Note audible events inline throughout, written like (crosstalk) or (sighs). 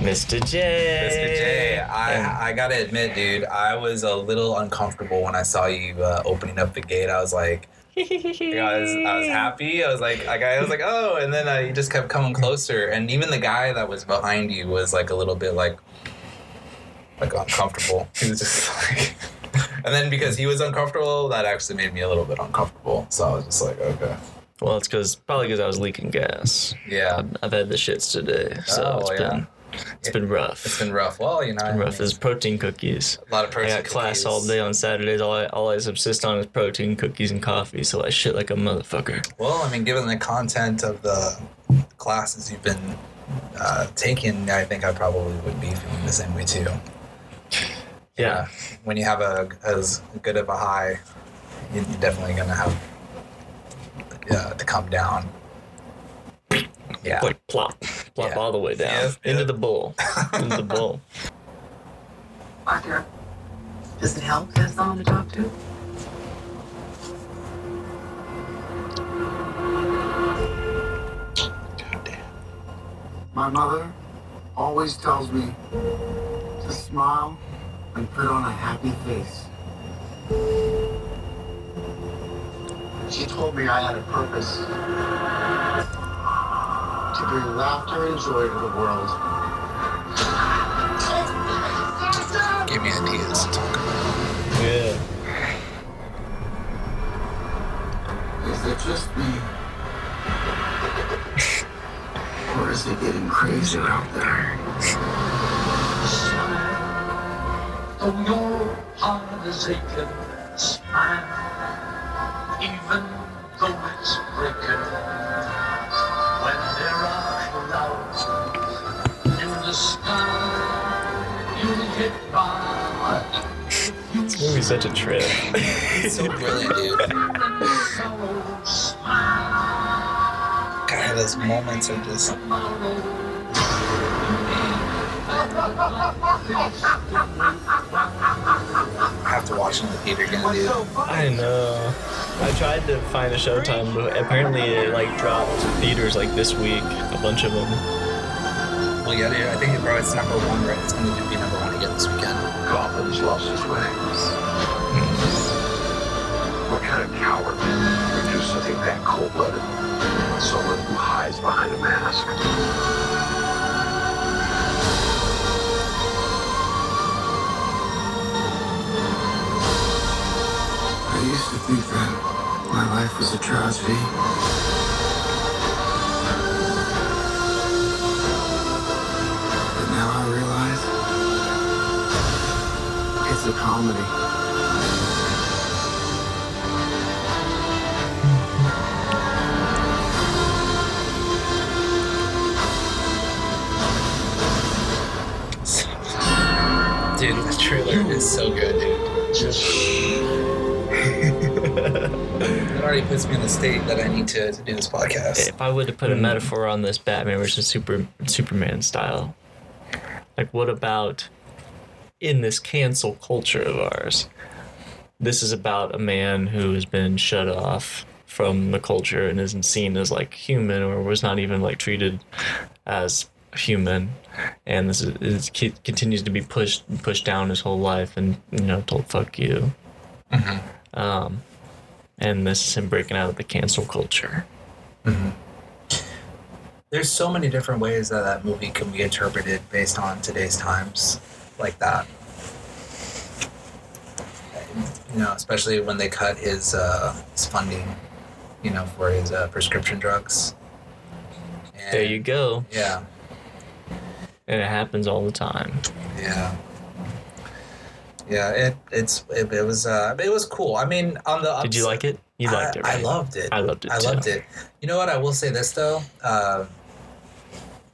Mr. J. Mr. J, And- I, I gotta admit, dude, I was a little uncomfortable when I saw you uh, opening up the gate. I was like, I was, I was happy. I was like, like I was like, oh, and then I, you just kept coming closer. And even the guy that was behind you was like a little bit like, like uncomfortable. He was just like, (laughs) and then because he was uncomfortable, that actually made me a little bit uncomfortable. So I was just like, okay, Well, it's because probably because I was leaking gas. yeah, I've had the shits today, so Oh, it's yeah. been it's been rough. it's been rough. Well, you know, I rough. mean, There's protein cookies. a lot of I person got class cookies. all day on Saturdays. All I all I subsist on is protein cookies and coffee. So I shit like a motherfucker. Well, I mean, given the content of the classes you've been uh, taking, I think I probably would be feeling the same way too. Uh, Yeah. When you have a as good of a high, you're definitely gonna have uh, to come down. Yeah. Like plop, plop Yeah. all the way down Yes, into yeah. the bowl, into the (laughs) bowl. Arthur, does it help to have someone to talk to? My mother always tells me to smile and put on a happy face. She told me I had a purpose to bring laughter and joy to the world. Give me ideas. to talk about. Yeah. Is it just me? (laughs) Or is it getting crazier out there? Though your heart is aching, smile, even though it's breaking. When there are clouds in the sky, you'll get by. This movie's such a trip. It's so brilliant, dude. Even sorrow, smile, God, those moments are just. tomorrow. I have to watch it in the theater again, dude. I know. I tried to find a showtime, but apparently it like dropped theaters like this week, a bunch of them. Well, yeah, dude. I think it, bro, it's number one, right? It's gonna be number one again this weekend. Gotham's lost his ways. What kind of coward would do something that cold-blooded? Someone who hides behind a mask. I used to think that my life was a tragedy. But now I realize it's a comedy. Dude, the trailer is so good, dude. it already puts me in a state that I need to, to do this podcast. If I were to put a metaphor on this Batman versus Super Superman style, like what about in this cancel culture of ours? This is about a man who has been shut off from the culture and isn't seen as like human or was not even like treated as human and this is, is ki- continues to be pushed pushed down his whole life and you know told fuck you um and this is him breaking out of the cancel culture There's so many different ways that that movie can be interpreted based on today's times, like that. You know, especially when they cut his uh, his funding, you know, for his uh, prescription drugs. And, There you go. Yeah, And it happens all the time. Yeah. Yeah, it it's it, it was uh it was cool. I mean, on the Did you like it? You liked it, I, right? I loved it. I loved it. I too. loved it. You know what? I will say this though. Uh,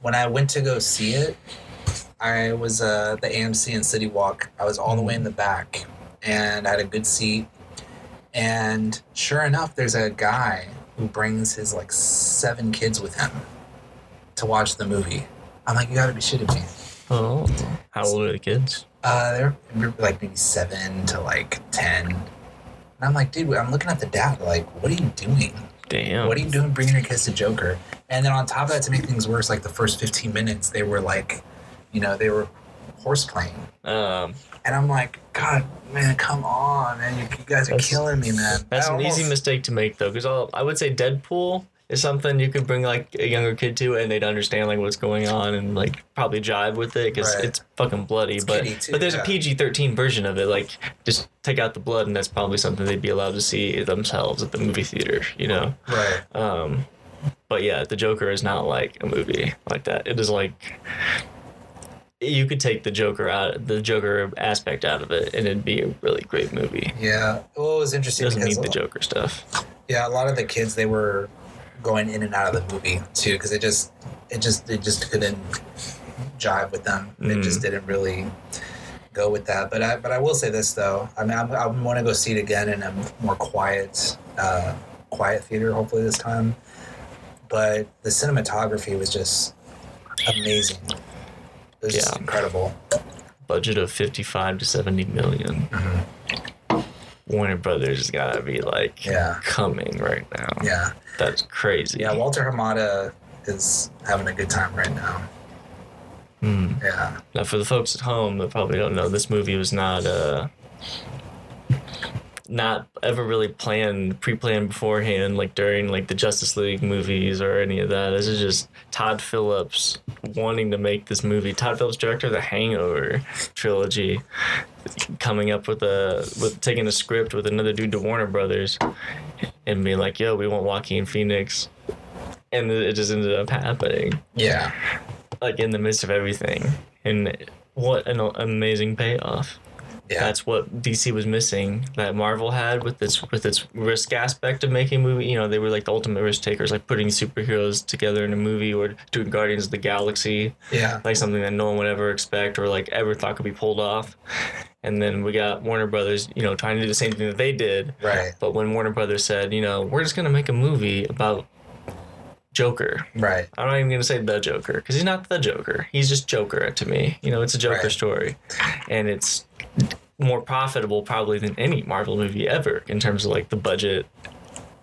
when I went to go see it, I was uh, the AMC and City Walk. I was all the way in the back, and I had a good seat. And sure enough, there's a guy who brings his like seven kids with him to watch the movie. I'm like, you gotta be shitting me. Oh, how old are the kids? Uh, they're like maybe seven to like ten. And I'm like, dude, I'm looking at the dad. Like, what are you doing? Damn. What are you doing bringing your kids to Joker? And then on top of that, to make things worse, like the first 15 minutes, they were like, you know, they were horse playing. Um, And I'm like, God, man, come on, man. You, you guys are That's- killing me, man. that's I an easy almost- mistake to make though, because I would say Deadpool is something you could bring like a younger kid to, and they'd understand like what's going on and like probably jive with it because Right. it's fucking bloody. but kiddie, too, but there's yeah. a PG thirteen version of it. Like just take out the blood, and that's probably something they'd be allowed to see themselves at the movie theater. You know. Right. Um, but yeah, the Joker is not like a movie like that. It is like you could take the Joker out, the Joker aspect out of it, and it'd be a really great movie. Yeah. Well, it was It interesting doesn't because need the a- Joker stuff. yeah, a lot of the kids they were going in and out of the movie too because it just it just it just couldn't jive with them. It Mm. just didn't really go with that. But I but I will say this though. I mean, I'm, I want to go see it again in a more quiet uh, quiet theater. Hopefully this time. But the cinematography was just amazing. It was just Yeah. incredible. Budget of fifty-five to seventy million. Warner Brothers has gotta be like Mm-hmm. Yeah. coming right now. Yeah. That's crazy. Yeah, Walter Hamada is having a good time right now. Hmm. Yeah. Now, for the folks at home that probably don't know, this movie was not uh, not ever really planned, pre-planned beforehand, like during like the Justice League movies or any of that. This is just Todd Phillips wanting to make this movie. Todd Phillips, director of the Hangover trilogy, coming up with a with taking a script with another dude to Warner Brothers, and being like, "Yo, we want Joaquin Phoenix," and it just ended up happening Yeah. like in the midst of everything and what an amazing payoff Yeah. that's what dc was missing that marvel had with its with its risk aspect of making movie you know they were like the ultimate risk takers like putting superheroes together in a movie or doing guardians of the galaxy yeah. like something that no one would ever expect or like ever thought could be pulled off and then we got warner brothers you know trying to do the same thing that they did Right. but when warner brothers said you know we're just going to make a movie about joker Right. I'm not even gonna say the Joker because he's not the Joker. He's just Joker to me. You know, it's a Joker Right. story, and it's more profitable probably than any Marvel movie ever in terms of like the budget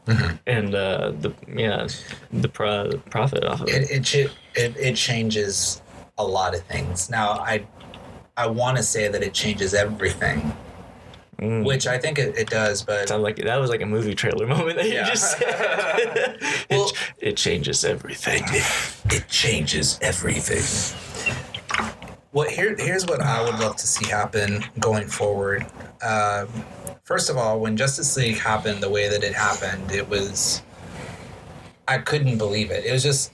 Mm-hmm. and uh, the yeah the pro- profit off of it. It it, ch- it it changes a lot of things. Now I I want to say that it changes everything, Mm. which I think it, it does. But Sound like that was like a movie trailer (laughs) moment that you Yeah. just (laughs) said. Well- it, it changes everything. it changes everything. Well, here, here's what I would love to see happen going forward. Um, first of all, when Justice League happened the way that it happened, it was. I couldn't believe it. It was just.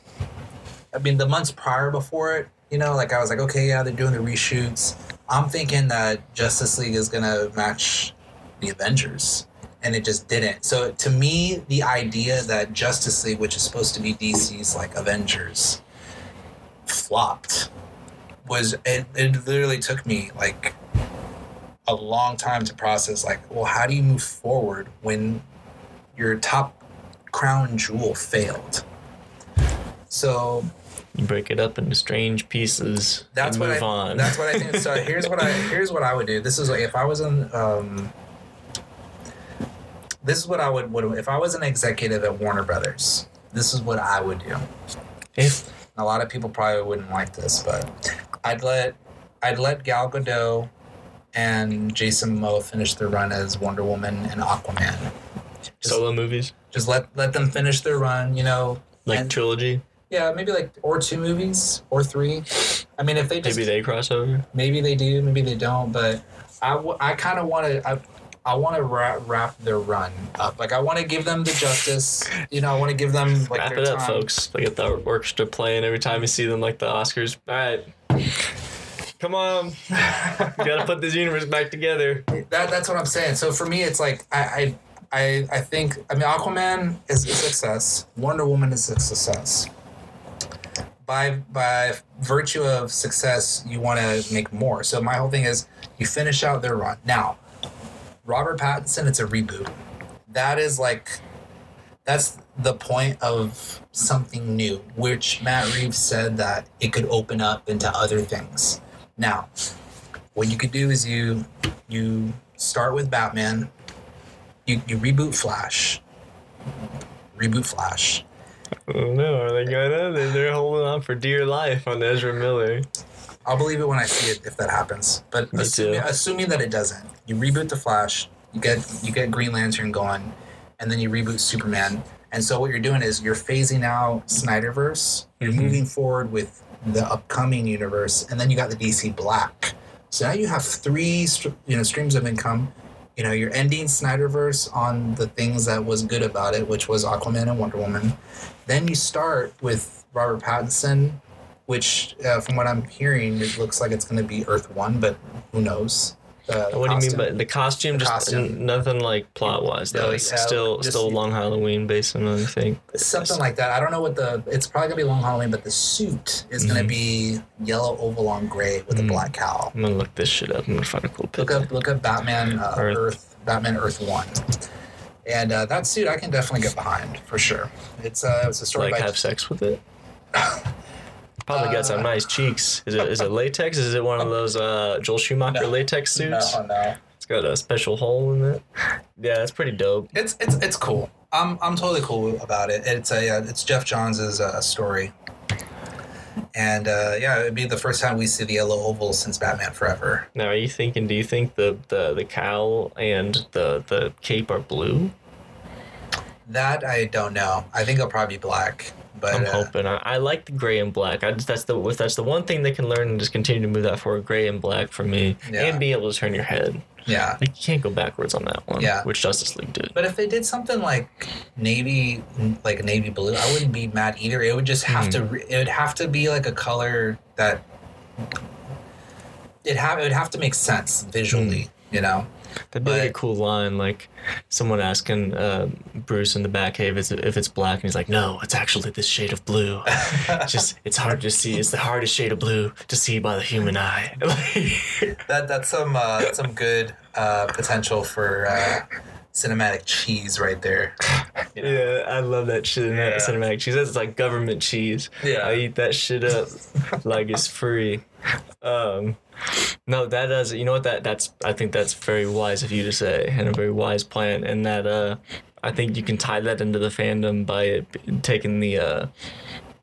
I mean, the months prior before it, you know, like I was like, okay, yeah, they're doing the reshoots. I'm thinking that Justice League is going to match the Avengers. And it just didn't. So to me, the idea that Justice League, which is supposed to be DC's like Avengers, flopped was it, it literally took me like a long time to process like well how do you move forward when your top crown jewel failed so You break it up into strange pieces. that's and what move I, on. That's what I think. (laughs) So here's what I here's what I would do. This is like, if I was in. Um, this is what I would, would if I was an executive at Warner Brothers. This is what I would do. if A lot of people probably wouldn't like this, but I'd let I'd let Gal Gadot and Jason Momoa finish their run as Wonder Woman and Aquaman. Just- solo movies Just let let them finish their run. You know, like and- trilogy, yeah, maybe like or two movies or three. I mean, if they just maybe they cross over. maybe they do maybe they don't but i, w- I kind of want to i, I want to wrap, wrap their run up like i want to give them the justice you know i want to give them like Wrap their it up, time. folks. Look at the orchestra playing every time you see them, like the Oscars. All right. Come on. (laughs) you gotta put this universe back together. that, that's what i'm saying so for me it's like i i i, I think i mean aquaman is a success wonder woman is a success by by virtue of success you want to make more so my whole thing is you finish out their run now robert pattinson it's a reboot that is like that's the point of something new, which Matt Reeves said that it could open up into other things. Now, what you could do is you you start with Batman, you, you reboot Flash, reboot Flash. Oh no, are they gonna? They're, they're holding on for dear life on Ezra Miller. I'll believe it when I see it if that happens. But Me assuming, too. assuming that it doesn't, you reboot the Flash, you get you get Green Lantern going, and then you reboot Superman. And so what you're doing is you're phasing out Snyderverse. You're Mhm. moving forward with the upcoming universe, and then you got the DC Black. So now you have three str- you know streams of income. You know you're ending Snyderverse on the things that was good about it, which was Aquaman and Wonder Woman. Then you start with Robert Pattinson which uh, from what I'm hearing, it looks like it's going to be Earth One, but who knows? Uh, What do you mean by the costume? The just costume. n- nothing like plot wise though. No, it's yeah, still just- still Long Halloween based on another thing. something like that? I don't know what the. It's probably going to be Long Halloween, but the suit is going Mhm. to be yellow oval on gray with Mm. a black cowl. I'm gonna look this shit up. I'm gonna find a cool Look picture. up, look up Batman uh, Earth. Earth. Batman Earth One, and uh, that suit I can definitely get behind for sure. It's uh, it's a story Like by have sex with (laughs) it. Probably got some Uh. nice cheeks. Is it is it latex? Is it (laughs) one of those uh, Joel Schumacher No. latex suits? No, no, It's got a special hole in it. (laughs) Yeah, that's pretty dope. it's it's it's cool. I'm I'm totally cool about it. It's a uh, it's Jeff Johns' uh, story, and uh, yeah, it'd be the first time we see the yellow oval since Batman Forever. Now, are you thinking? Do you think the the, the cowl and the the cape are blue? That I don't know. I think it'll probably be black, but I'm uh, hoping. I, I like the gray and black. I just, that's the if that's the one thing they can learn and just continue to move that forward. Gray and black for me, Yeah. and being able to turn your head. yeah. Like you can't go backwards on that one. Yeah. which Justice League did. But if they did something like navy, like navy blue, I wouldn't be mad either. It would just have Hmm. to. Re- it would have to be like a color that it have. It would have to make sense visually, Hmm. you know. That'd be like a But- cool line, like someone asking uh, Bruce in the Batcave if, if it's black, and he's like, "No, it's actually this shade of blue. It's just it's hard to see. It's the hardest shade of blue to see by the human eye." (laughs) That that's some uh, that's some good uh, potential for uh, cinematic cheese right there. yeah, I love that shit. In that Yeah. cinematic cheese. That's like government cheese. I eat that shit up like it's free. Um, no, that does. You know what? That that's. I think that's very wise of you to say, and a very wise plan. And that uh, I think you can tie that into the fandom by it b- taking the uh,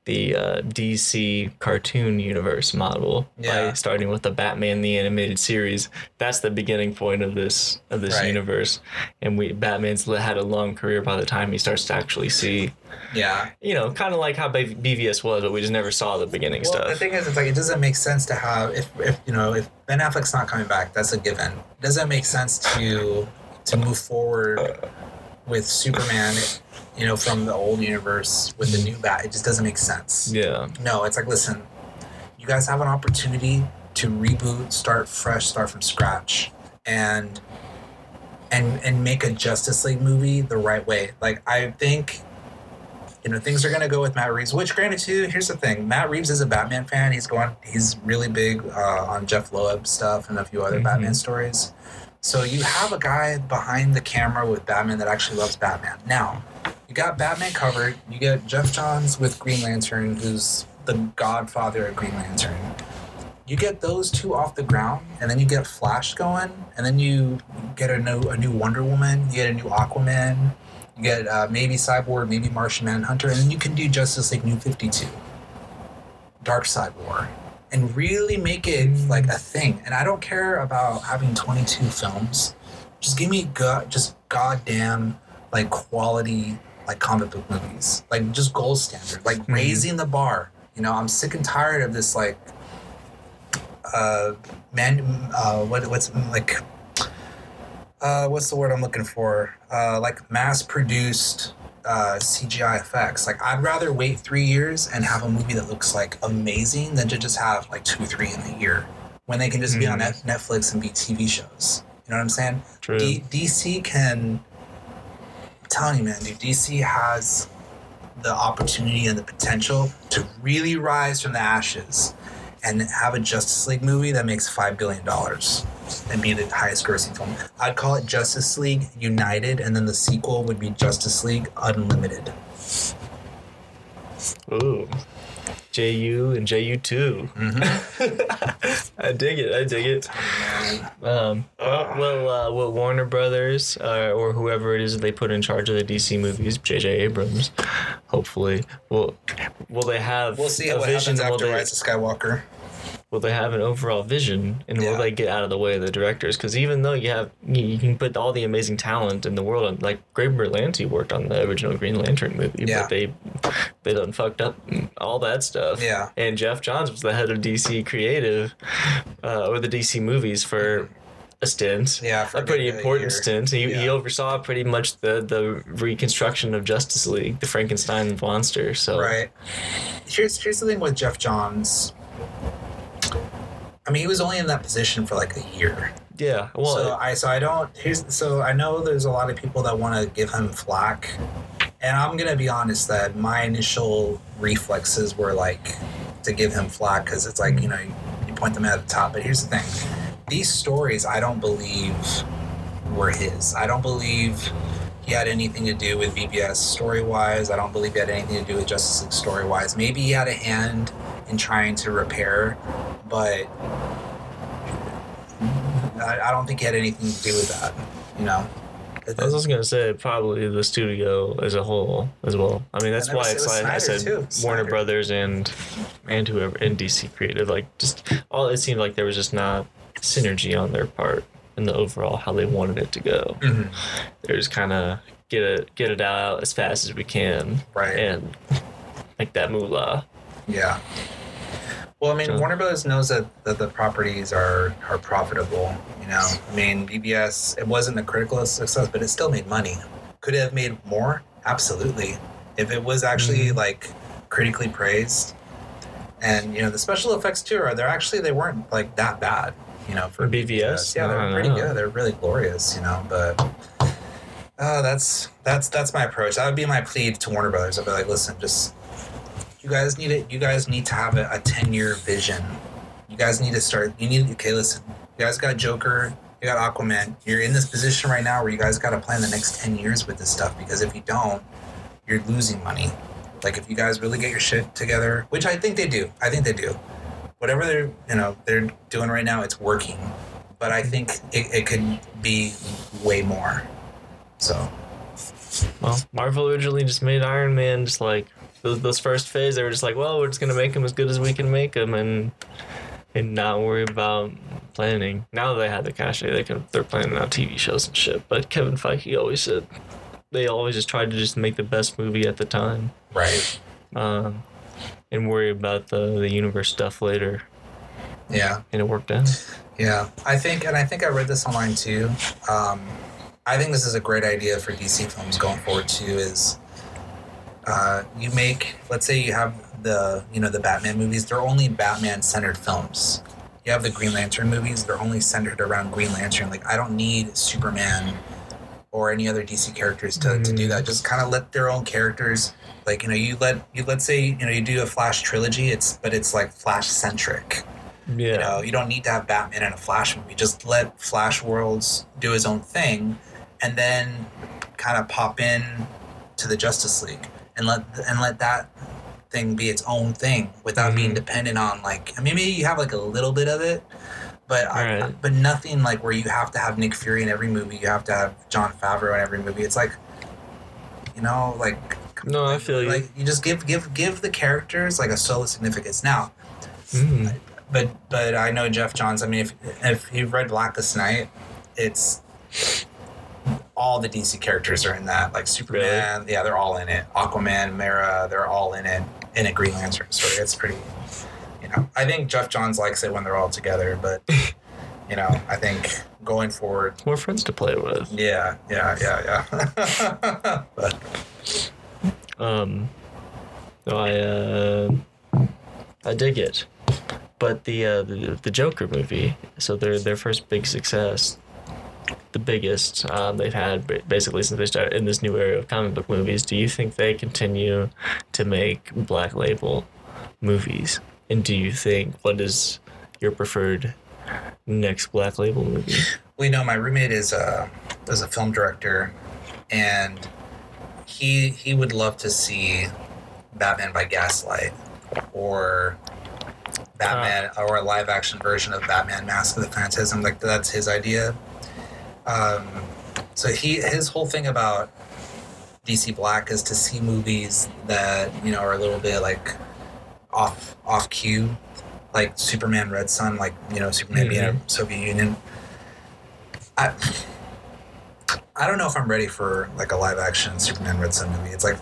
the uh, DC cartoon universe model by Yeah. starting with the Batman the animated series. That's the beginning point of this of this Right. universe. And we Batman's li- had a long career by the time he starts to actually see yeah. you know, kind of like how B- BVS was, but we just never saw the beginning Well, the stuff. thing is, it's like it doesn't make sense to have if, if you know if Ben Affleck's not coming back, that's a given. It doesn't make sense to to move forward with Superman, you know, from the old universe with the new Bat. It just doesn't make sense. yeah, No, it's like listen, you guys have an opportunity to reboot, start fresh, start from scratch, and and and make a Justice League movie the right way. Like I think, you know, things are gonna go with Matt Reeves. Which, granted, too, here's the thing: Matt Reeves is a Batman fan. He's going, he's really big uh, on Jeff Loeb stuff and a few other Mhm. Batman stories. So you have a guy behind the camera with Batman that actually loves Batman. Now, you got Batman covered. You get Jeff Johns with Green Lantern, who's the godfather of Green Lantern. You get those two off the ground, and then you get Flash going, and then you get a new a new Wonder Woman. You get a new Aquaman. You get uh, maybe Cyborg, maybe Martian Manhunter, and then you can do Justice League New Fifty Two, Dark Side War, and really make it like a thing. And I don't care about having twenty two films. Just give me god, just goddamn like quality like comic book movies, like just gold standard, like raising the bar. You know, I'm sick and tired of this like uh man uh what what's like uh what's the word I'm looking for? Uh like mass produced uh CGI effects. Like I'd rather wait 3 years and have a movie that looks like amazing than to just have like 2 3 in a year when they can just be on Mhm. Net- Netflix and be TV shows. You know what I'm saying? true. D- DC can. I'm telling you, man, dude, DC has the opportunity and the potential to really rise from the ashes and have a Justice League movie that makes $5 billion and be the highest grossing film. I'd call it Justice League United, and then the sequel would be Justice League Unlimited. Ooh, JU and JU 2 Mm-hmm. (laughs) I dig it. I dig it. Um, well, uh, well, Warner Brothers uh, or whoever it is that they put in charge of the DC movies, J.J. Abrams, hopefully, will will they have We'll see a what vision? happens will after they- Rise of Skywalker. Will they have an overall vision, and will Yeah. they get out of the way of the directors? Because even though you have, you, you can put all the amazing talent in the world, on, like Greg Berlanti worked on the original Green Lantern movie, Yeah. but they they done fucked up all that stuff. Yeah. And Jeff Johns was the head of DC Creative uh, or the DC movies for a stint Yeah, for a pretty good year. important stint. He, he Yeah. oversaw pretty much the, the reconstruction of Justice League, the Frankenstein monster. So Right. Here's here's the thing with Jeff Johns. I mean, he was only in that position for like a year. yeah, well, so I so I don't. Here's so I know there's a lot of people that want to give him flack, and I'm gonna be honest that my initial reflexes were like to give him flack because it's like you know you, you point them at the top. But here's the thing: these stories I don't believe were his. I don't believe he had anything to do with VBS story wise. I don't believe he had anything to do with Justice League story wise. Maybe he had a hand in trying to repair, but I, I don't think he had anything to do with that. You know, I was also gonna say probably the studio as a whole as well. I mean that's never why said it's it was like I Snyder, said too. Warner Snyder. Brothers and and whoever and DC Creative like just all it seemed like there was just not synergy on their part in the overall how they wanted it to go. Mhm. They're just kind of get it get it out as fast as we can Right. and make that moolah. yeah. Well, I mean, So- Warner Brothers knows that, that the properties are are profitable. You know, I mean, BBS it wasn't a critical success, but it still made money. Could it have made more? Absolutely. If it was actually like critically praised, and you know, the special effects too are they're actually they weren't like that bad. You know, for For BVS? yeah, No, they're no, pretty no. good. They're really glorious. You know, but. Uh, that's that's that's my approach. That would be my plead to Warner Brothers. I'd be like, listen, just you guys need it. You guys need to have a, a ten year vision. You guys need to start. You need okay. Listen, you guys got Joker. You got Aquaman. You're in this position right now where you guys got to plan the next ten years with this stuff because if you don't, you're losing money. Like if you guys really get your shit together, which I think they do. I think they do. Whatever they're you know they're doing right now, it's working. But I think it, it could be way more. So Well, Marvel originally just made Iron Man just like those, those first phase. They were just like, well, we're just gonna make him as good as we can make him, and and not worry about planning. Now they had the cachet, they can they're planning out TV shows and shit. But Kevin Feige always said they always just tried to just make the best movie at the time, right. um, and worry about the the universe stuff later. Yeah. And it worked out. Yeah, I think, and I think I read this online too. Um, I think this is a great idea for DC films going forward too. Is uh, you make, let's say, you have the you know the Batman movies. They're only Batman centered films. You have the Green Lantern movies. They're only centered around Green Lantern. Like I don't need Superman or any other DC characters to, to do that. Just kind of let their own characters. Like you know, you let you let's say you know you do a Flash trilogy. It's but it's like Flash centric. You Yeah. know, you don't need to have Batman in a Flash movie. Just let Flash Worlds do his own thing, and then kind of pop in to the Justice League and let and let that thing be its own thing without being Mhm. dependent on like. I mean, maybe you have like a little bit of it, but I, Right. but nothing like where you have to have Nick Fury in every movie. You have to have John Favreau in every movie. It's like, you know, like No, I feel you. like you just give give give the characters like a solo significance. Now, Mm. but but I know Jeff Johns. I mean, if if you've read Blackest Night, it's all the DC characters are in that. Like Superman, yeah, they're all in it. Aquaman, Mara, they're all in it. In a Green Lantern story, it's pretty. You know, I think Jeff Johns likes it when they're all together, but you know, I think going forward, More friends to play with. yeah, yeah, yeah, yeah. (laughs) but Um, no, I uh, I dig it, but the uh, the, the Joker movie, so their their first big success, the biggest um, they've had ba- basically since they started in this new area of comic book movies. Do you think they continue to make Black Label movies, and do you think what is your preferred next Black Label movie? Well, you know, my roommate is a is a film director, and he he would love to see Batman by Gaslight or Batman or a live action version of Batman Mask of the Phantasm. Like that's his idea. Um, so he his whole thing about DC Black is to see movies that you know are a little bit like off off cue like Superman Red Sun, like you know Superman being a Soviet Union. I I don't know if I'm ready for like a live action Superman Red Sun movie. It's like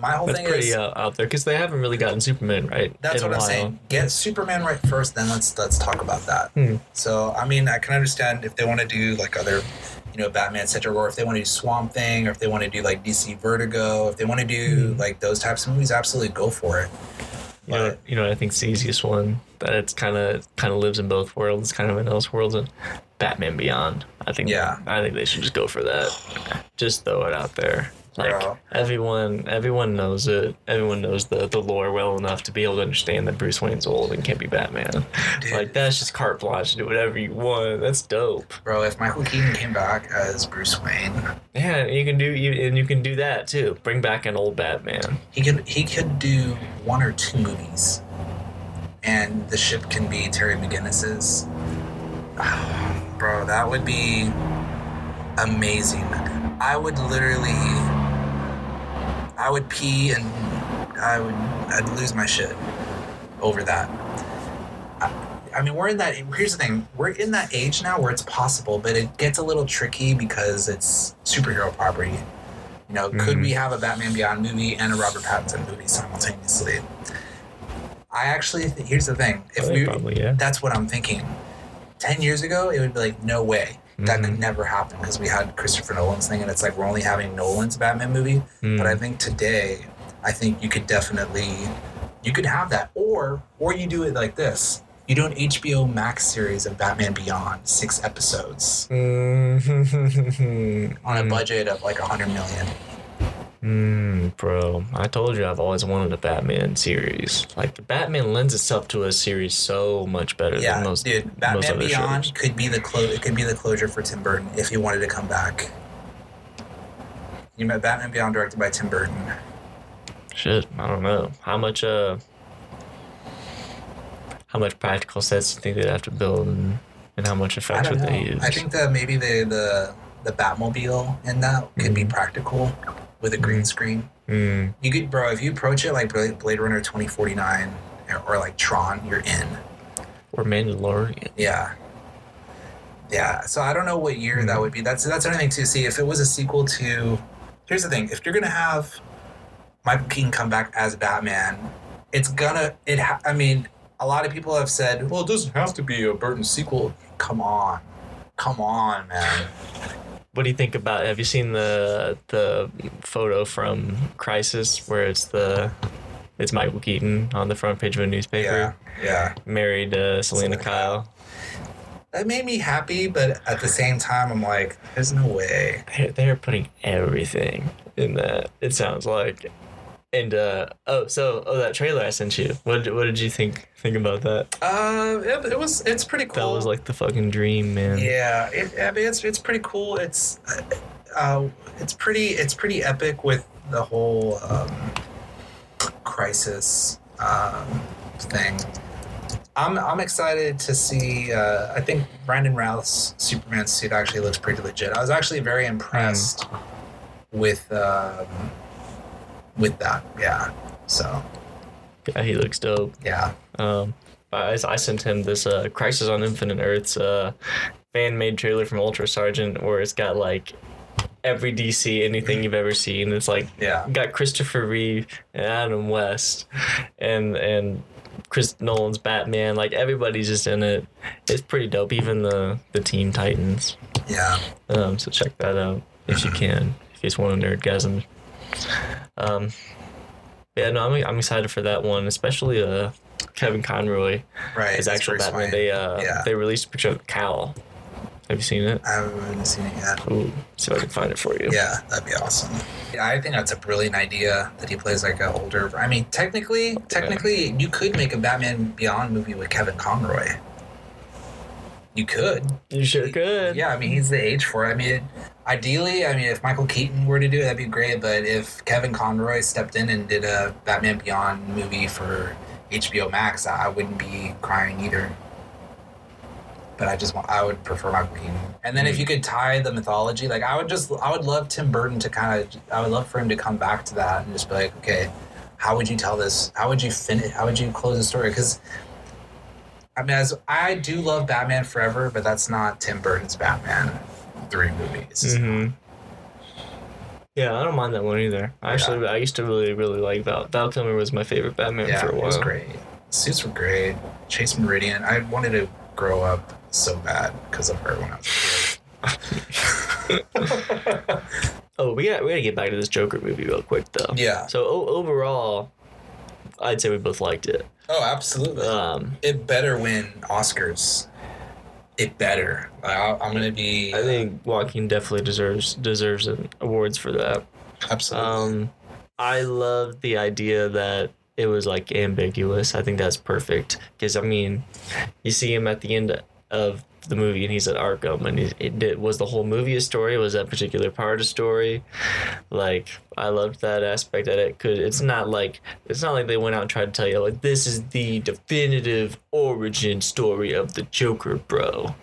my whole That's thing pretty is uh, out there because they haven't really gotten Superman right. that's in a what I'm while. saying. Get Superman right first, then let's let's talk about that. Hmm. So I mean, I can understand if they want to do like other, you know, Batman etc., or if they want to do Swamp Thing, or if they want to do like DC Vertigo, if they want to do Hmm. like those types of movies, absolutely go for it. You know, But- you know, I think it's the easiest one that it's kind of kind of lives in both worlds. It's kind of an Elseworlds and Batman Beyond. I think. Yeah. I think they should just go for that. Just throw it out there. Like Bro. everyone, everyone knows it. Everyone knows the the lore well enough to be able to understand that Bruce Wayne's old and can't be Batman. Dude. Like that's just carte blanche. Do whatever you want. That's dope. Bro, if Michael Keaton came back as Bruce Wayne, Yeah, you can do you and you can do that too. Bring back an old Batman. he could he could do one or two movies, and the ship can be Terry McGinnis's. (sighs) Bro, that would be amazing. I would literally, I would pee and I would I'd lose my shit over that. I, I mean, we're in that. Here's the thing: we're in that age now where it's possible, but it gets a little tricky because it's superhero property. You know, could Mhm. we have a Batman Beyond movie and a Robert Pattinson movie simultaneously? I actually th- here's the thing: I if think we, probably yeah. that's what I'm thinking. Ten years ago, it would be like, no way. That Mhm. could never happen because we had Christopher Nolan's thing, and it's like we're only having Nolan's Batman movie. But I think today, I think you could definitely, you could have that, or or you do it like this. You do an HBO Max series of Batman Beyond, six episodes Mm-hmm. (laughs) Mm. on a budget of like a hundred million. Mm, bro, I told you I've always wanted a Batman series. Like the Batman lends itself to a series so much better Yeah, than most. dude, Batman other Beyond shows. could be the clo- it could be the closure for Tim Burton if he wanted to come back. You met Batman Beyond directed by Tim Burton. Shit, I don't know how much. Uh, how much practical sets do you think they'd have to build, and, and how much I effects don't would know. they use? I think that maybe the the the Batmobile in that could be Mhm. practical with a green Mhm. screen. Mm, You could, bro, if you approach it like Bla- Blade Runner 2049 or- or like Tron, you're in. or Mandalorian. Yeah. Yeah. So I don't know what year that would be. That's that's another thing too. See, if it was a sequel to here's the thing, if you're gonna have Michael Keaton come back as Batman, it's gonna it ha- I mean, a lot of people have said, Well, it doesn't have to be a Burton sequel. Come on. Come on, man. What do you think about? Have you seen the the photo from Crisis where it's the it's Michael Keaton on the front page of a newspaper? Yeah. Yeah. married uh, Selena Selena Kyle. That made me happy, but at the same time I'm like, there's no way. They're, they're putting everything in that. It sounds like. And uh, oh, so oh, that trailer I sent you. What did- what did you think think about that? Uh, it, it was. It's pretty That cool. was like the fucking dream, man. yeah. It, I mean, it's it's pretty cool. It's, uh, it's pretty it's pretty epic with the whole um, crisis um, thing. I'm I'm excited to see. Uh, I think Brandon Routh's Superman suit actually looks pretty legit. I was actually very Hmm. impressed with um, with that. Yeah. So Yeah, he looks dope. yeah. Um, I, I sent him this uh, Crisis on Infinite Earths uh, fan made trailer from Ultra Sergeant, where it's got like every DC Mm. anything you've ever seen. It's like Yeah. got Christopher Reeve and Adam West and and Chris Nolan's Batman. Like everybody's just in it. It's pretty dope. Even the the Teen Titans. Yeah. Um, so check that out if you can. If you just want a nerdgasm. Um, yeah, no, I'm, I'm excited for that one, especially uh Kevin Conroy, Right. his it's actual Bruce Batman. Wayne. They uh Yeah. they released a picture of the cowl. Have you seen it? I haven't seen it yet. Ooh, see if I can find it for you. Yeah, that'd be awesome. Yeah, I think that's a brilliant idea that he plays like an older. I mean, technically, technically, you could make a Batman Beyond movie with Kevin Conroy. You could. You sure could. Yeah, I mean, he's the age for it. I mean, ideally, I mean, if Michael Keaton were to do it, that'd be great. But if Kevin Conroy stepped in and did a Batman Beyond movie for HBO Max, I I wouldn't be crying either. But I just want, I would prefer Michael Keaton. And then if you could tie the mythology, like, I would just, I would love Tim Burton to kind of, I would love for him to come back to that and just be like, okay, how would you tell this? How would you finish? How would you close the story? Because I mean, as I do love Batman Forever, but that's not Tim Burton's Batman three movie. It's just- hmm Yeah, I don't mind that one either. I Actually, I used to really, really like Val. Val Kilmer was my favorite Batman Yeah, for a while. it was great. Suits were great. Chase Meridian. I wanted to grow up so bad because of her when I was a kid. Oh, we got we gotta get back to this Joker movie real quick though. yeah. So o- overall, I'd say we both liked it. Oh, absolutely. Um, it better win Oscars. It better. Like, I, I'm gonna be. I think Joaquin definitely deserves deserves an awards for that. absolutely. Um, I love the idea that it was like ambiguous. I think that's perfect because I mean, you see him at the end of the movie and he's at Arkham and he, it did, was the whole movie a story? Was that particular part a story? Like I loved that aspect that it could. It's not like it's not like they went out and tried to tell you like this is the definitive origin story of the Joker, bro.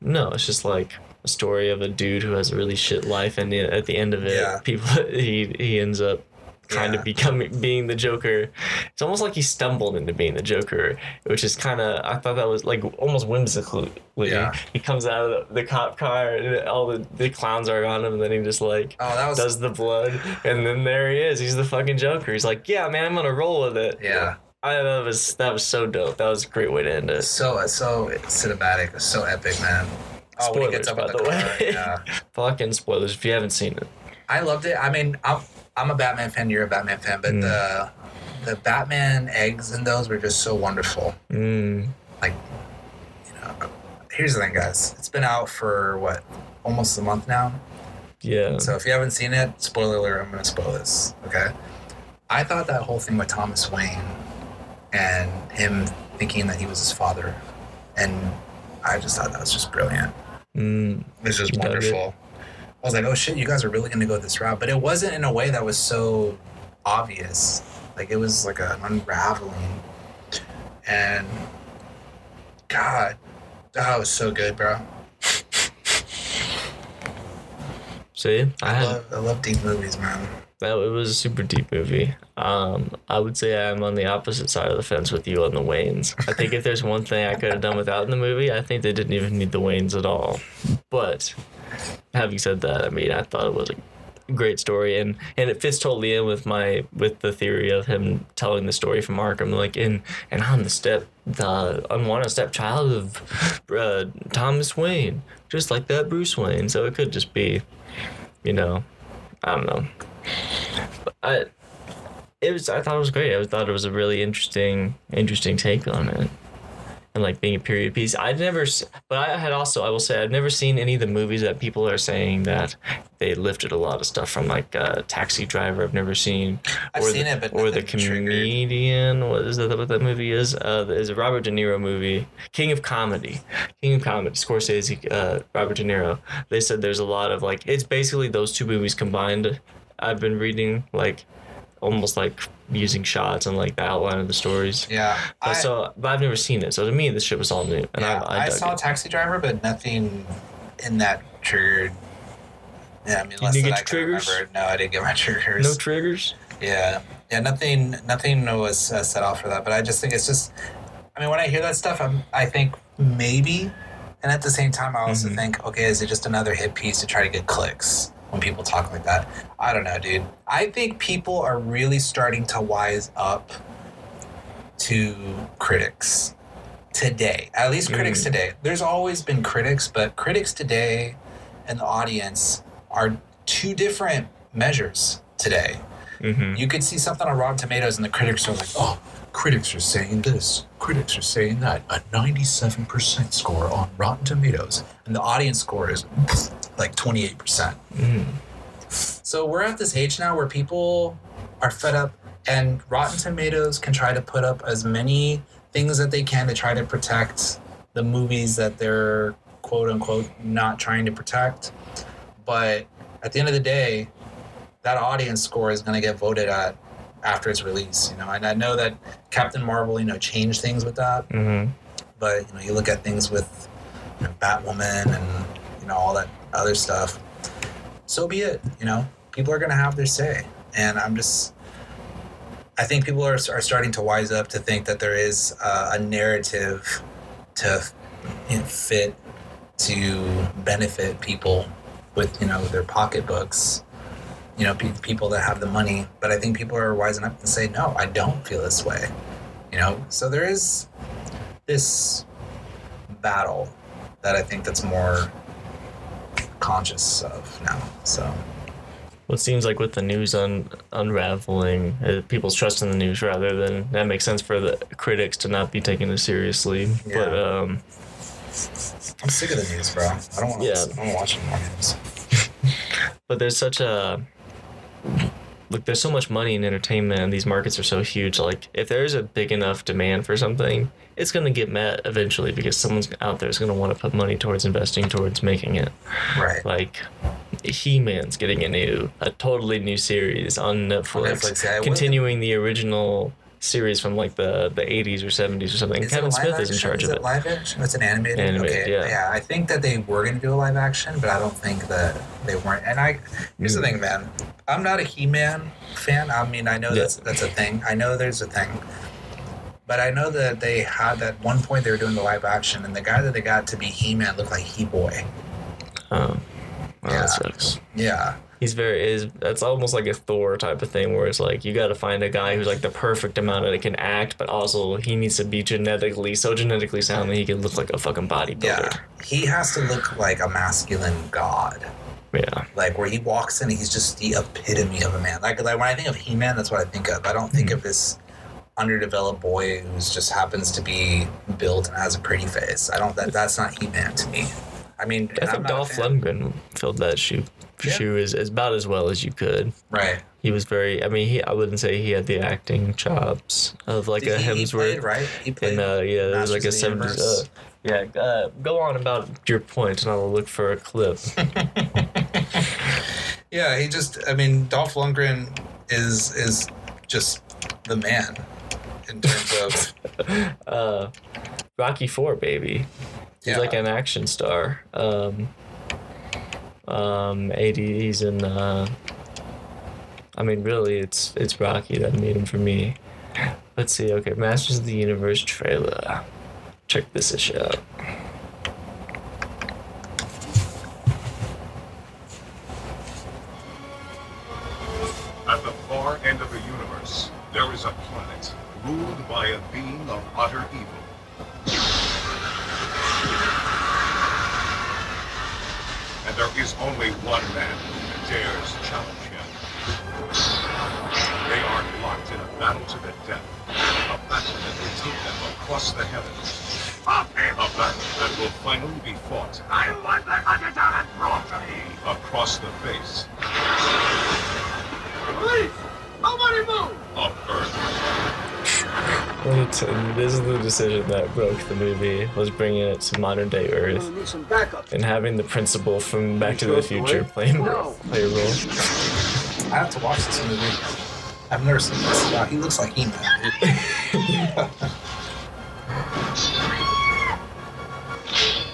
No, it's just like a story of a dude who has a really shit life, and then at the end of it, Yeah. people (laughs) he he ends up trying Yeah. to become being the Joker. It's almost like he stumbled into being the Joker, which is kind of I thought that was like almost whimsically. Yeah. He comes out of the, the cop car, and all the the clowns are on him, and then he just like oh, that was. does the blood, and then there he is. He's the fucking Joker. He's like, yeah, man, I'm gonna roll with it. yeah. I that was that was so dope. That was a great way to end it. So so cinematic. It's so epic, man. Oh, when he gets up Spoilers, on the, by the car. way. (laughs) Yeah. Fucking spoilers if you haven't seen it. I loved it. I mean, I'm I'm a Batman fan. You're a Batman fan, but Mm. the the Batman eggs in those were just so wonderful. Mm, You know, here's the thing, guys. It's been out for what almost a month now. yeah. So if you haven't seen it, spoiler alert, I'm going to spoil this. Okay. I thought that whole thing with Thomas Wayne and him thinking that he was his father, and I just thought that was just brilliant. Mm, It's just Dug it. wonderful. I was like, oh shit, you guys are really going to go this route. But it wasn't in a way that was so obvious. Like it was like an unraveling. And God, that was so good, bro. see, I I had love, I love deep movies, man. that. It was a super deep movie. Um, I would say I'm on the opposite side of the fence with you on the Waynes. I think if there's one thing I could have done without in the movie, I think they didn't even need the Waynes at all. But having said that, I mean, I thought it was a great story, and and it fits totally in with my with the theory of him telling the story from Arkham, like in and I'm the step the unwanted stepchild of uh, Thomas Wayne, just like that Bruce Wayne. So it could just be, you know, I don't know. But I, it was I thought it was great. I thought it was a really interesting interesting take on it. And like being a period piece, I'd never, s- but I had also, I will say, I've never seen any of the movies that people are saying that they lifted a lot of stuff from, like uh, Taxi Driver. I've never seen, I've or seen the, it, but or the nothing triggered. comedian. What is that? What that movie is? Uh, is a Robert De Niro movie, King of Comedy, King of Comedy. Scorsese, uh, Robert De Niro. They said there's a lot of like it's basically those two movies combined. I've been reading like almost like using shots and like the outline of the stories. Yeah. But so, but I've never seen it. So to me, this shit was all new, and yeah, I, I, I, dug saw it. Taxi Driver, but nothing in that triggered. Yeah, I You mean, less didn't than get I your can triggers? remember. No, I didn't get my (laughs) triggers. No triggers. yeah, yeah, nothing, nothing was uh, set off for that. But I just think it's just. I mean, when I hear that stuff, I'm, I think maybe, and at the same time, I also Mhm. think, okay, is it just another hit piece to try to get clicks when people talk like that? I don't know, dude. I think people are really starting to wise up to critics today. At least critics Mm. today. There's always been critics, but critics today and the audience are two different measures today. hmm You could see something on Rotten Tomatoes, and the critics are like, "Oh, critics are saying this. Critics are saying that." A 97% score on Rotten Tomatoes, and the audience score is like 28%. mm So we're at this age now where people are fed up, and Rotten Tomatoes can try to put up as many things that they can to try to protect the movies that they're quote unquote not trying to protect. But at the end of the day, that audience score is going to get voted at after its release, you know. And I know that Captain Marvel, you know, changed things with that, Mm-hmm. but you know you look at things with you know, Batwoman and you know all that other stuff. So be it. You know, people are gonna have their say, and I'm just. I think people are, are starting to wise up to think that there is uh, a narrative to you know, fit to benefit people with you know their pocketbooks you know pe- people that have the money but i think people are wise enough to say no i don't feel this way you know so there is this battle that i think that's more conscious of now so What seems like with the news un- unraveling, uh, people's trust in the news rather than that makes sense for the critics to not be taking it seriously. But Yeah. um, i'm sick of the news bro i don't want to Yeah. i don't watch any more news but there's such a look there's so much money in entertainment and these markets are so huge like if there's a big enough demand for something it's going to get met eventually because someone's out there is going to want to put money towards investing towards making it right like he-man's getting a new a totally new series on netflix, Netflix, yeah, I continuing the original series from like the the 80s or 70s or something Is it kevin live smith is in action? charge is of it. Live action? It's an animated. Animated, okay. yeah. I think that they were gonna do a live action, but I don't think that they weren't. And I here's Hmm. the thing, man. I'm not a He-Man fan. I mean, I know Yeah. that's that's a thing. I know there's a thing. But I know that they had at one point they were doing the live action, and the guy that they got to be He-Man looked like He-Boy. um, well, Yeah. that sucks Yeah. He's very is that's almost like a Thor type of thing where it's like you got to find a guy who's like the perfect amount that can act, but also he needs to be genetically so genetically sound that he can look like a fucking Yeah. bodybuilder. He has to look like a masculine god. Yeah. like where he walks in, he's just the epitome of a man. Like, like when I think of He Man, that's what I think of. I don't think of this underdeveloped boy who's just happens to be built and has a pretty face. I don't that that's not He Man to me. I mean, I and I'm think not a Dolph fan- Lundgren filled that shoe Yeah. shoe is as about as well as you could. right? He was very. I mean, he. I wouldn't say he had the acting chops of like Did a he, he played, Hemsworth. right? He played. And uh, yeah, there's like a Masters of the seventies. Uh, Universe. yeah, uh, go on about your point, and I will look for a (laughs) clip. yeah, he just. I mean, Dolph Lundgren is is just the man in terms of uh, Rocky Four, baby. (laughs) He's Yeah. like an action star. Um, um, ADs and uh, I mean, really, it's it's Rocky that made him for me. Let's see. Okay, Masters of the Universe trailer. Check this ish out. At the far end of the universe, there is a planet ruled by a being of utter evil. And there is only one man who dares challenge him. They are locked in a battle to the death. A battle that will take them across the heavens. A battle that will finally be fought. I want the Underdark brought to me. Across the face of Earth. Well, it's- This is the decision that broke the movie. Was bringing it to modern day Earth need some backup. and having the principal from Back to the Future play play a role. I have to watch this movie. I've never seen this. Wow, he looks like He-Man. (laughs)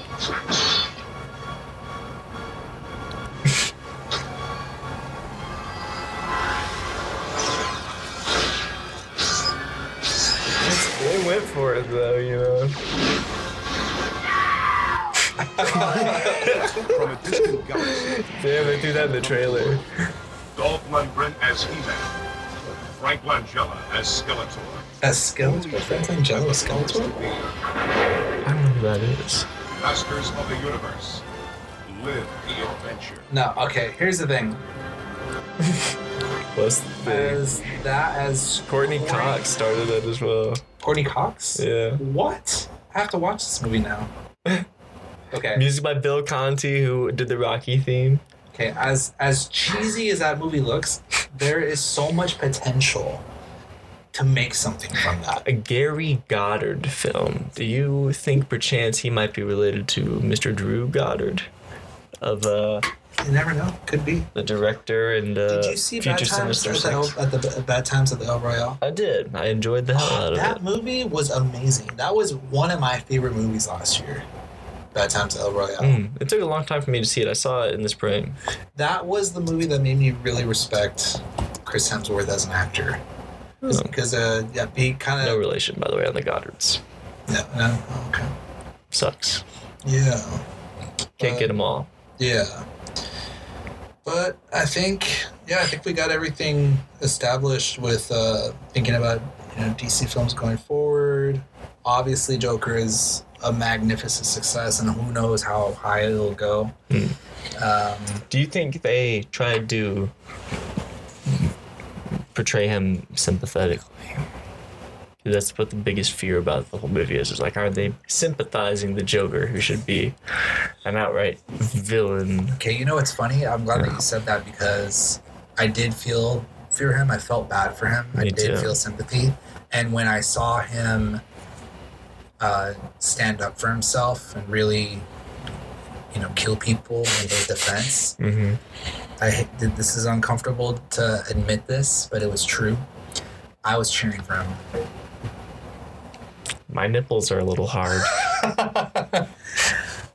They went for it though, you know. from a distant galaxy. Damn, they do that in the trailer. Dolph Lundgren as He-Man, Frank Langella as Skeletor. That's Skeletor. Frank Langella was Skeletor. I don't know who that is. Masters of the Universe. Live the adventure. No, okay. Here's the thing. What's the As that as Courtney Cox started it as well. Courtney Cox? Yeah. What? I have to watch this (laughs) movie now. Okay. Music by Bill Conti, who did the Rocky theme. Okay. As as cheesy as that movie looks, there is so much potential to make something from that. A Gary Goddard film. Do you think perchance he might be related to Mr. Drew Goddard? Of uh, You never know. Could be. the director and uh, Did you see Bad Future Times Sinister at the, Six. El, at the Bad Times at the El Royale? I did. I enjoyed (gasps) the hell out of That it. movie was amazing. That was one of my favorite movies last year. Bad Times at El Royale. Mm, it took a long time for me to see it. I saw it in the spring. that was the movie that made me really respect Chris Hemsworth as an actor. Oh. Because uh, yeah, he kind No of relation, by the way, on the Goddards. no, no, okay. Sucks. Yeah. uh, Can't get them all. Yeah. But I think, yeah, I think we got everything established with uh, thinking about you know DC films going forward. Obviously, Joker is a magnificent success, and who knows how high it'll go. Hmm. Um, Do you think they tried to portray him sympathetically? 'Cause That's what the biggest fear about the whole movie is. Is like, are they sympathizing the Joker, who should be an outright villain? okay, you know what's funny? I'm glad that you said that because I did feel for him. I felt bad for him. I Me did too. feel sympathy, and when I saw him uh, stand up for himself and really, you know, kill people in their defense. Mm-hmm. I hate that this is uncomfortable to admit this, but it was true. I was cheering (laughs) for him. My nipples are a little hard.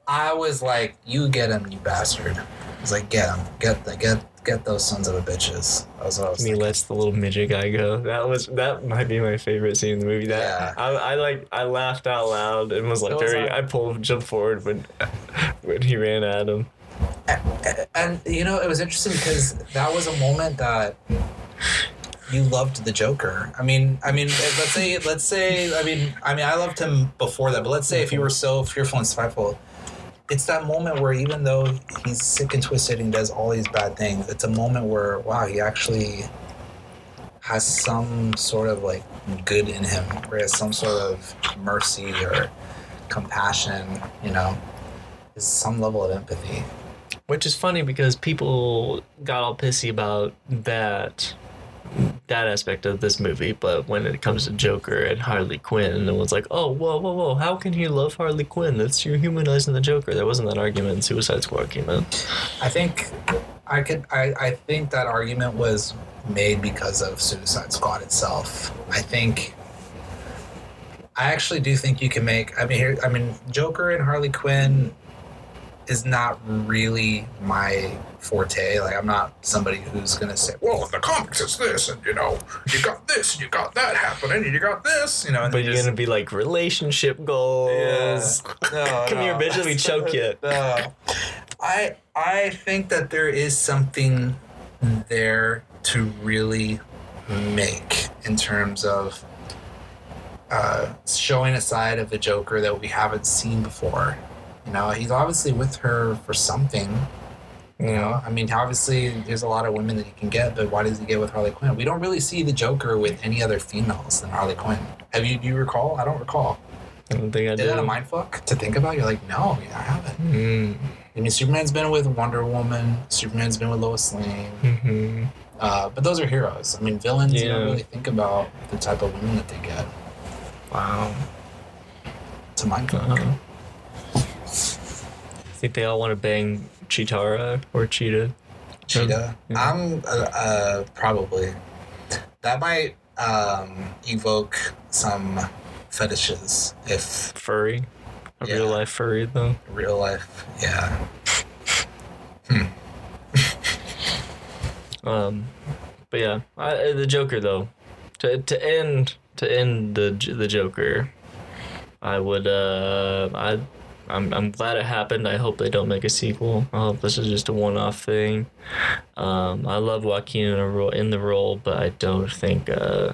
I was like, "You get him, you bastard!" I was like, "Get him, get the get get those sons of a bitches." That was what I was And he thinking. lets the little midget guy go. That was that might be my favorite scene in the movie. That Yeah. I, I like I laughed out loud and was like It was very. like- I pulled jumped forward when when he ran at him. And you know, it was interesting because that was a moment that you loved the Joker. I mean, I mean, let's say, let's say, I mean, I mean, I loved him before that, but let's say if you were so fearful and spiteful, it's that moment where even though he's sick and twisted and does all these bad things, it's a moment where wow, he actually has some sort of like good in him, or he has some sort of mercy or compassion. You know, is some level of empathy. Which is funny because people got all pissy about that that aspect of this movie, but when it comes to Joker and Harley Quinn, it was like, oh, whoa, whoa, whoa, how can he love Harley Quinn? That's you're humanizing the Joker. There wasn't that argument in Suicide Squad came out. I think I could. I, I think that argument was made because of Suicide Squad itself. I think. I actually do think you can make. I mean, here. I mean, Joker and Harley Quinn is not really my forte. Like, I'm not somebody who's gonna say, "Well, in the comics, it's this," and you know, you got this, and you got that happening, and you got this, you know. And But they you're just- gonna be like relationship goals. no, (laughs) Come here, no. bitch, let me choke you. No. I I think that there is something there to really make in terms of uh, showing a side of the Joker that we haven't seen before. You know, he's obviously with her for something. You know, I mean, obviously, there's a lot of women that he can get, but why does he get with Harley Quinn? We don't really see the Joker with any other females than Harley Quinn. Have you? Do you recall? I don't recall. I don't think I Is that a do. mind fuck to think about? You're like, no, I haven't. Mm, I mean, Superman's been with Wonder Woman. Superman's been with Lois Lane. mhm. Uh, but those are heroes. I mean, villains, you don't Yeah. really think about the type of women that they get. Wow. It's a mind fuck. Uh-huh. I think they all want to bang Chitara or Cheetah. Cheetah. Yeah. I'm uh, uh, probably. That might um, evoke some fetishes if Furry. A Yeah. real life furry, though. real life. Yeah. Um, but yeah, I, uh, the Joker though. To, to end to end the J- the Joker, I would uh I I'm I'm glad it happened. I hope they don't make a sequel. I hope this is just a one off thing. Um, I love Joaquin in a role in the role, but I don't think uh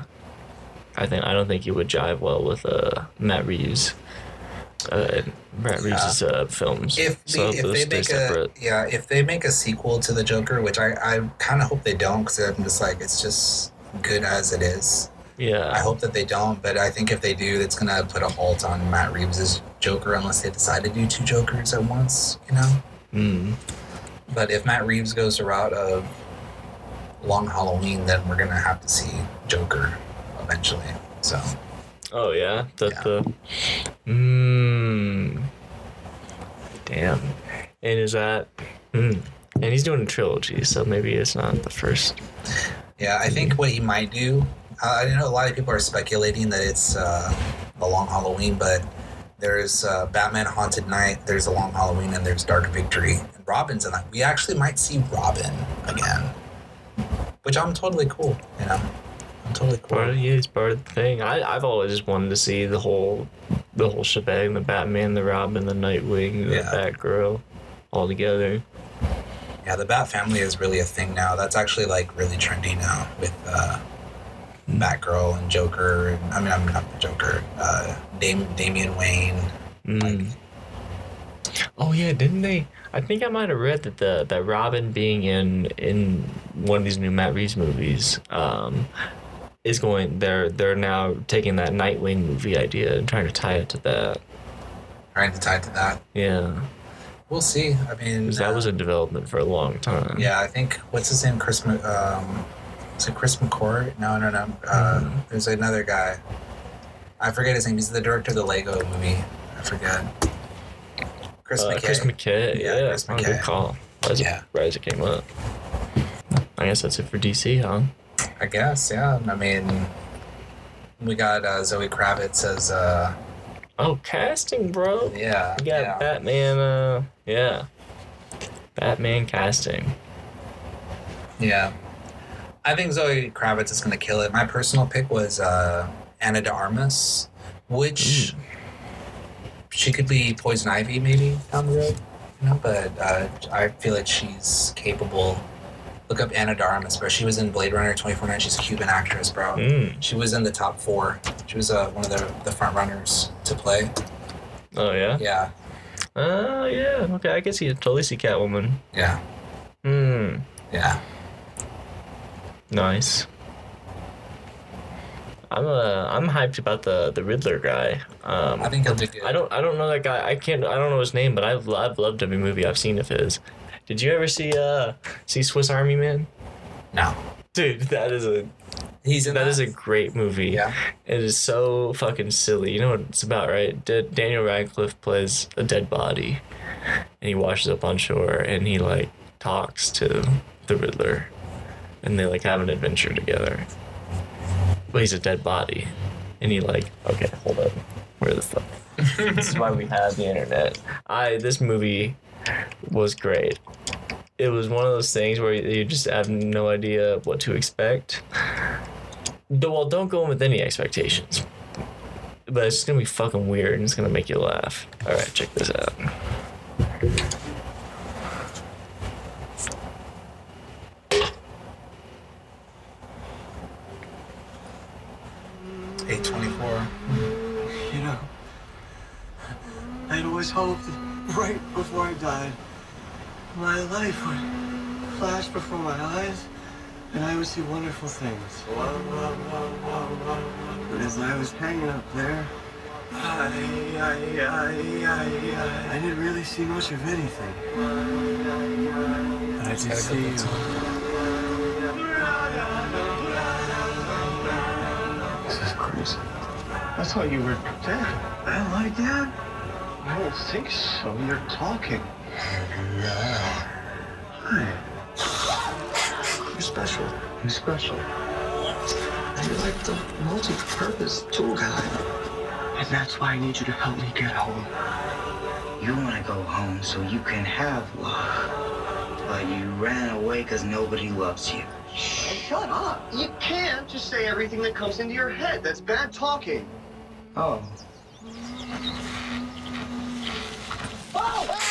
I think I don't think he would jive well with uh Matt Reeves. Uh, Matt Reeves' uh, films. if, the, so I hope if those they stay make separate. a yeah if they make a sequel to the joker which i, I kind of hope they don't because i'm just like it's just good as it is yeah. i hope that they don't but i think if they do it's gonna put a halt on matt reeves's joker unless they decide to do two jokers at once you know Mm. but if matt reeves goes the route of long halloween then we're gonna have to see joker eventually so Oh yeah, that Yeah. the. Mmm. Damn. And is that? Mm. And he's doing a trilogy, so maybe it's not the first. Yeah, I think what he might do. Uh, I know a lot of people are speculating that it's uh, a long Halloween, but there's uh, Batman Haunted Night, there's a long Halloween, and there's Dark Victory. And Robin's in that. We actually might see Robin again, which I'm totally cool. You know, I'm totally cool. Part of yeah, it's part of the thing. I I've always wanted to see the whole the whole shebang the Batman, the Robin, the Nightwing, the Yeah. Batgirl all together. Yeah, the Bat Family is really a thing now. That's actually like really trendy now with uh, Batgirl and Joker. And, I mean, I'm not the Joker. Uh, Dam- Damian Wayne. Mm. Oh yeah, didn't they? I think I might have read that the that Robin being in in one of these new Matt Reeves movies um, is going. They're they're now taking that Nightwing movie idea and trying to tie it to that. Trying to tie to that. Yeah, We'll see. I mean, 'Cause that was uh, in development for a long time. yeah. I think what's his name? Chris. Mc- Um, is it Chris McCord? No, no, no. Uh, Mm-hmm. There's another guy. I forget his name. He's the director of the Lego movie. I forget. Chris Uh, McKay. Chris McKay. Yeah, Yeah, Chris oh, McKay. good call. I was Yeah. surprised it came up. I guess that's it for DC, huh? I guess, yeah. I mean, we got uh, Zoe Kravitz as, uh, Oh, casting, bro. yeah, We got yeah, Batman. Uh, yeah, Batman casting. yeah. I think Zoe Kravitz is gonna kill it. My personal pick was uh, Anna de Armas, which she could be Poison Ivy maybe down the road, you know. But uh, I feel like she's capable. Look up Anna de Armas, bro. She was in Blade Runner 2049. She's a Cuban actress, bro. Mm. She was in the top four. She was uh, one of the, the front runners to play. Oh yeah. Yeah, Oh yeah. Okay, I can see totally see Catwoman. yeah, Hmm. yeah. Nice. I'm uh I'm hyped about the the Riddler guy. Um, I think he'll do good. I don't I don't know that guy. I can't I don't know his name, but I've I've loved every movie I've seen of his. Did you ever see uh see Swiss Army Man? No. Dude, that is a He's in that is a great movie. Yeah. It is so fucking silly. You know what it's about, right? Da- Daniel Radcliffe plays a dead body, and he washes up on shore, and he like talks to the Riddler, and they like have an adventure together. But he's a dead body, and he like okay, hold up, where the fuck? this is why we have the internet. I this movie was great. It was one of those things where you you just have no idea what to expect. Though, well, don't go in with any expectations. But it's just gonna be fucking weird and it's gonna make you laugh. Alright, check this out. eight twenty four. You know, I'd always hoped that right before I died, my life would flash before my eyes and I would see wonderful things. But as I was hanging up there, I, I, I, I, I didn't really see much of anything. But I did see you. This is crazy. I thought you were dead. Am I dead? I don't think so. You're talking. Hi. You're special. You're special. And you're like the multi-purpose tool guy. And that's why I need you to help me get home. You want to go home so you can have love. But you ran away because nobody loves you. Shut up! You can't just say everything that comes into your head. That's bad talking. Oh.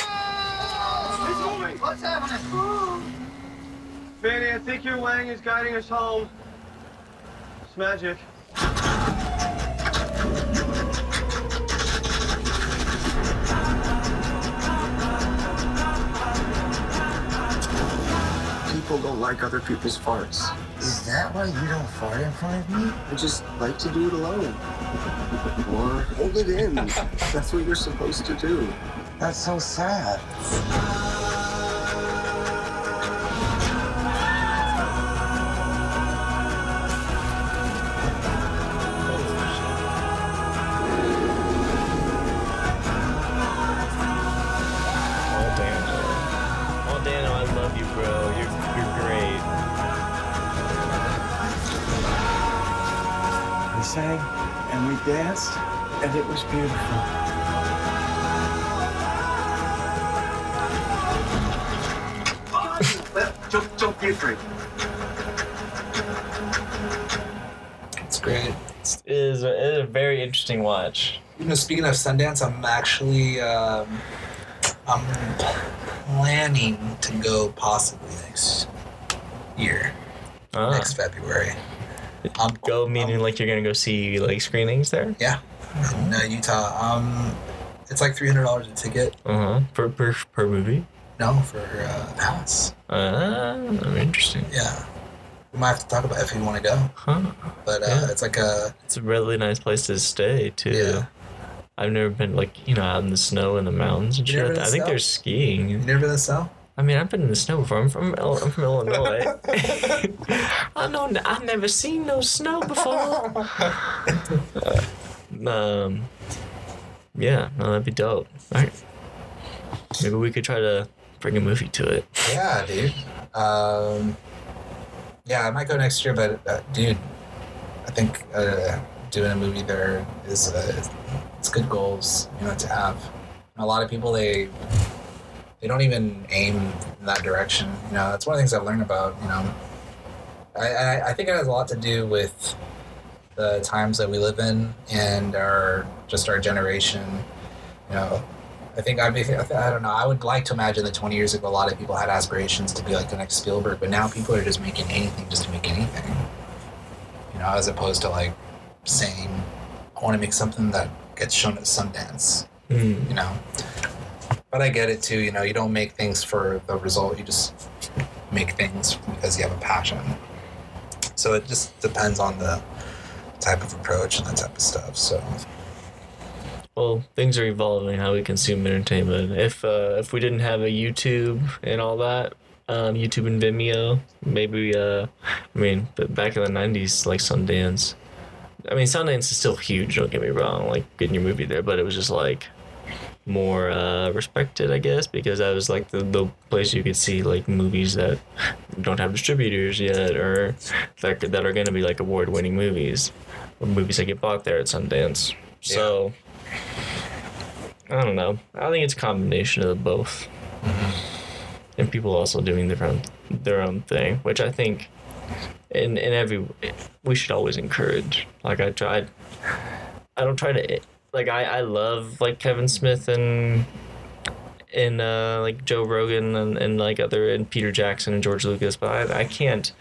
It's moving! What's happening? Fanny, I think your wang is guiding us home. It's magic. People don't like other people's farts. Is that why you don't fart in front of me? I just like to do it alone. Or hold it (laughs) in. That's what you're supposed to do. That's so sad. Oh Dano. Oh Dano, I love you, bro. You're you're great. We sang and we danced, and it was beautiful. don't, don't be afraid. It's great. It is a, it is a very interesting watch. You know, speaking of Sundance, I'm actually um, I'm planning to go possibly next year, Ah, next February. I'm go meaning like you're gonna go see like screenings there. yeah, in uh, Utah. Um, it's like three hundred dollars a ticket. Uh huh. Per, per per movie. No, for uh, a house. Ah, interesting. Yeah, we might have to talk about if you want to go, Huh. but uh, Yeah. it's like a It's a really nice place to stay too. Yeah. I've never been like you know out in the snow in the mountains and You shit. never like that. I think been there's skiing. you never been to sell. I mean, I've been in the snow before. I'm from Il- I'm from Illinois. I know I've never seen no snow before. um, yeah, no, that'd be dope. All right. Maybe we could try to bring a movie to it. Yeah, dude. Um, yeah, I might go next year, but uh, dude, I think uh, doing a movie there is uh, it's good goals, you know, to have. And a lot of people they they don't even aim in that direction. You know, that's one of the things I've learned about. You know, I I, I think it has a lot to do with the times that we live in and our just our generation. You know, I think I'd be, I don't know. I would like to imagine that 20 years ago, a lot of people had aspirations to be like the next Spielberg, but now people are just making anything just to make anything. You know, as opposed to like saying, I want to make something that gets shown at Sundance, Mm. you know? But I get it too. You know, you don't make things for the result, you just make things because you have a passion. So it just depends on the type of approach and that type of stuff. So, Well, things are evolving how we consume entertainment. If uh, if we didn't have a YouTube and all that, um, YouTube and Vimeo, maybe. Uh, I mean, but back in the '90s, like Sundance. I mean, Sundance is still huge. Don't get me wrong. Like getting your movie there, but it was just like more uh, respected, I guess, because that was like the, the place you could see like movies that don't have distributors yet, or that that are going to be like award winning movies, or movies that get bought there at Sundance. So. I don't know. I think it's a combination of both. And people also doing their own their own thing, which I think in in every we should always encourage. Like I tried I don't try to like I I love like Kevin Smith and and uh like Joe Rogan and, and like other and Peter Jackson and George Lucas, but I, I can't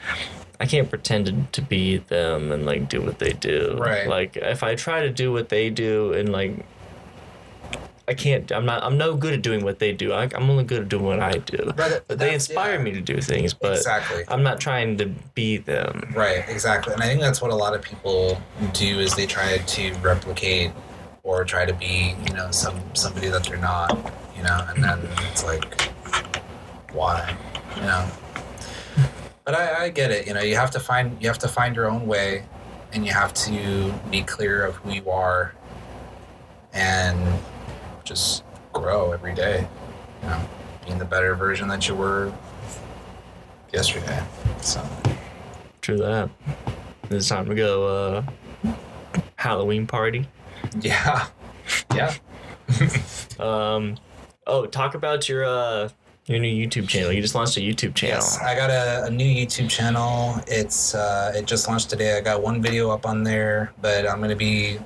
I can't pretend to, to be them and like do what they do. Right. Like if I try to do what they do and like I can't. I'm not. I'm no good at doing what they do. I, I'm only good at doing what I do. But, But- but they that's- inspire yeah. me to do things. But exactly. I'm not trying to be them. Right, exactly. And I think that's what a lot of people do is they try to replicate or try to be, you know, some somebody that they're not, you know, and then it's like why? You know. But I, I get it, you know, you have to find you have to find your own way and you have to be clear of who you are and just grow every day. You know, being the better version that you were yesterday. So True that. It's time to go. Uh, Halloween party. (laughs) Yeah. Yeah. Um, oh, talk about your uh your new YouTube channel. You just launched a YouTube channel. Yes. I got a, a new YouTube channel. It's uh, it just launched today. I got one video up on there, but I'm gonna be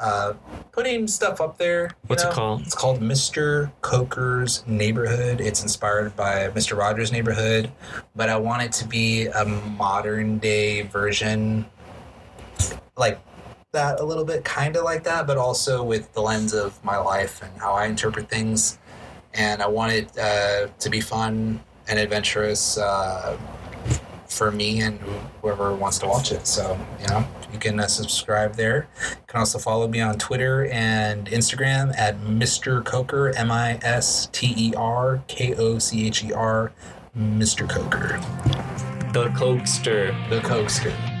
uh, putting stuff up there. you What's it know? called? It's called Mr. Coker's Neighborhood. It's inspired by Mr. Rogers' Neighborhood, but I want it to be a modern day version, like that a little bit, kind of like that, but also with the lens of my life and how I interpret things. And I want it uh, to be fun and adventurous uh, for me and whoever wants to watch it. So, you know, you can uh, subscribe there. You can also follow me on Twitter and Instagram at Mr. Coker, M I S T E R K O C H E R, Mr. Coker, The Cokester. the Cokester.